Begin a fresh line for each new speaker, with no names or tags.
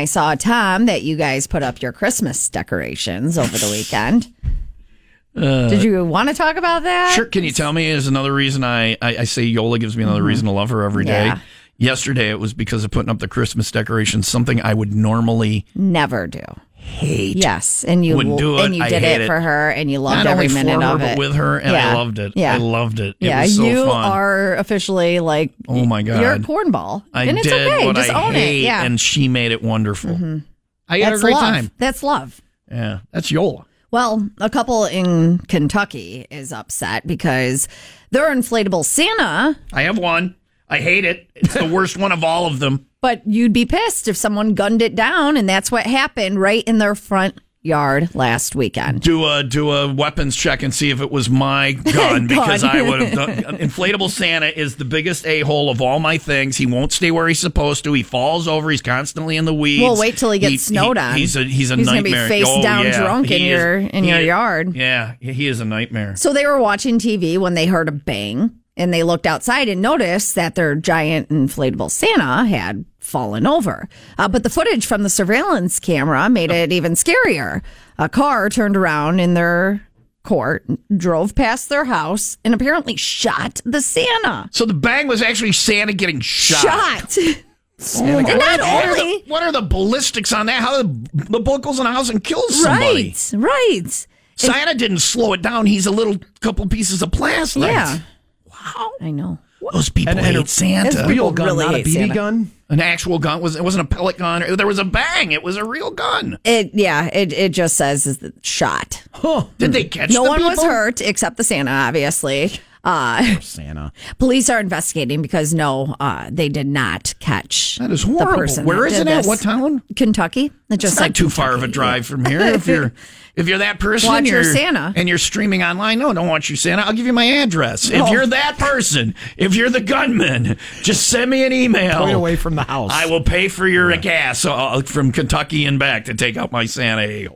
I saw Tom that you guys put up your Christmas decorations over the weekend. Did you want to talk about that?
Uh, Sure. Can you tell me is another reason I, I, I say Yola gives me another reason to love her every day.
Mm-hmm. Yeah.
Yesterday it was because of putting up the Christmas decorations, something I would normally
Never do.
hate.
Yes, and you
Wouldn't do it.
and you
I
did
hate
it,
it.
for her, and you loved
Not
every
only for
minute
her,
of it.
but with her, and
Yeah.
I loved it.
Yeah,
I loved it.
yeah,
it was so
you
fun.
are officially like
Oh, my
you're a
God.
cornball,
I
and
did
it's okay.
what
Just
I
own
hate,
it. Yeah, Mm-hmm.
and she made it wonderful. I had
that's
a great
love.
time.
That's love.
Yeah, that's Yola.
Well, a couple in Kentucky is upset because their inflatable Santa
I have one. I hate it. It's the worst one of all of them.
But you'd be pissed if someone gunned it down, and that's what happened right in their front yard last weekend.
do a do a weapons check and see if it was my gun because I would have done. uh, Inflatable Santa is the biggest a hole of all my things. He won't stay where he's supposed to. He falls over. He's constantly in the weeds.
Well, wait till he gets snowed on.
He's a he's a
He's gonna be
nightmare.
face down drunk in
is-
your- in
he
your
is-
yard.
Yeah, he is a nightmare.
So they were watching TV when they heard a bang, and they looked outside and noticed that their giant inflatable Santa had fallen over. Uh, but the footage from the surveillance camera made it even scarier. A car turned around in their court, drove past their house, and apparently shot the Santa.
So the bang was actually Santa getting shot.
Shot.
Oh my
And not
God. what, are
only-
the, what are the ballistics on that? How the, the book goes in the house and kills somebody.
Right, right.
Santa didn't slow it down. He's a little couple pieces of plastic.
Yeah.
Wow.
I know.
Those people
And- and
hate
a-
Santa.
It's
Real
People
gun,
really
not a
hate
BB
Santa.
gun.
an actual gun. Was it wasn't a pellet gun? There was a bang. It was a real gun.
It yeah, it, it just says is the shot.
Did they catch?
No
the
one was
people?
hurt except the Santa, obviously. Uh,
Santa.
police are investigating because no, uh, they did not catch
That is
the
horrible.
person.
Where
that
is
did
it at?
this.
What town?
Kentucky. It just
It's not
said
too far of a
Kentucky.
drive from here. If you're if you're that person,
Watch your
you're-
Santa.
and you're streaming online. No, don't watch your Santa. I'll give you my address. If you're that person, if you're the gunman, just send me an email.
Point away from the house.
I will pay for your gas uh, from Kentucky and back to take out my Santa.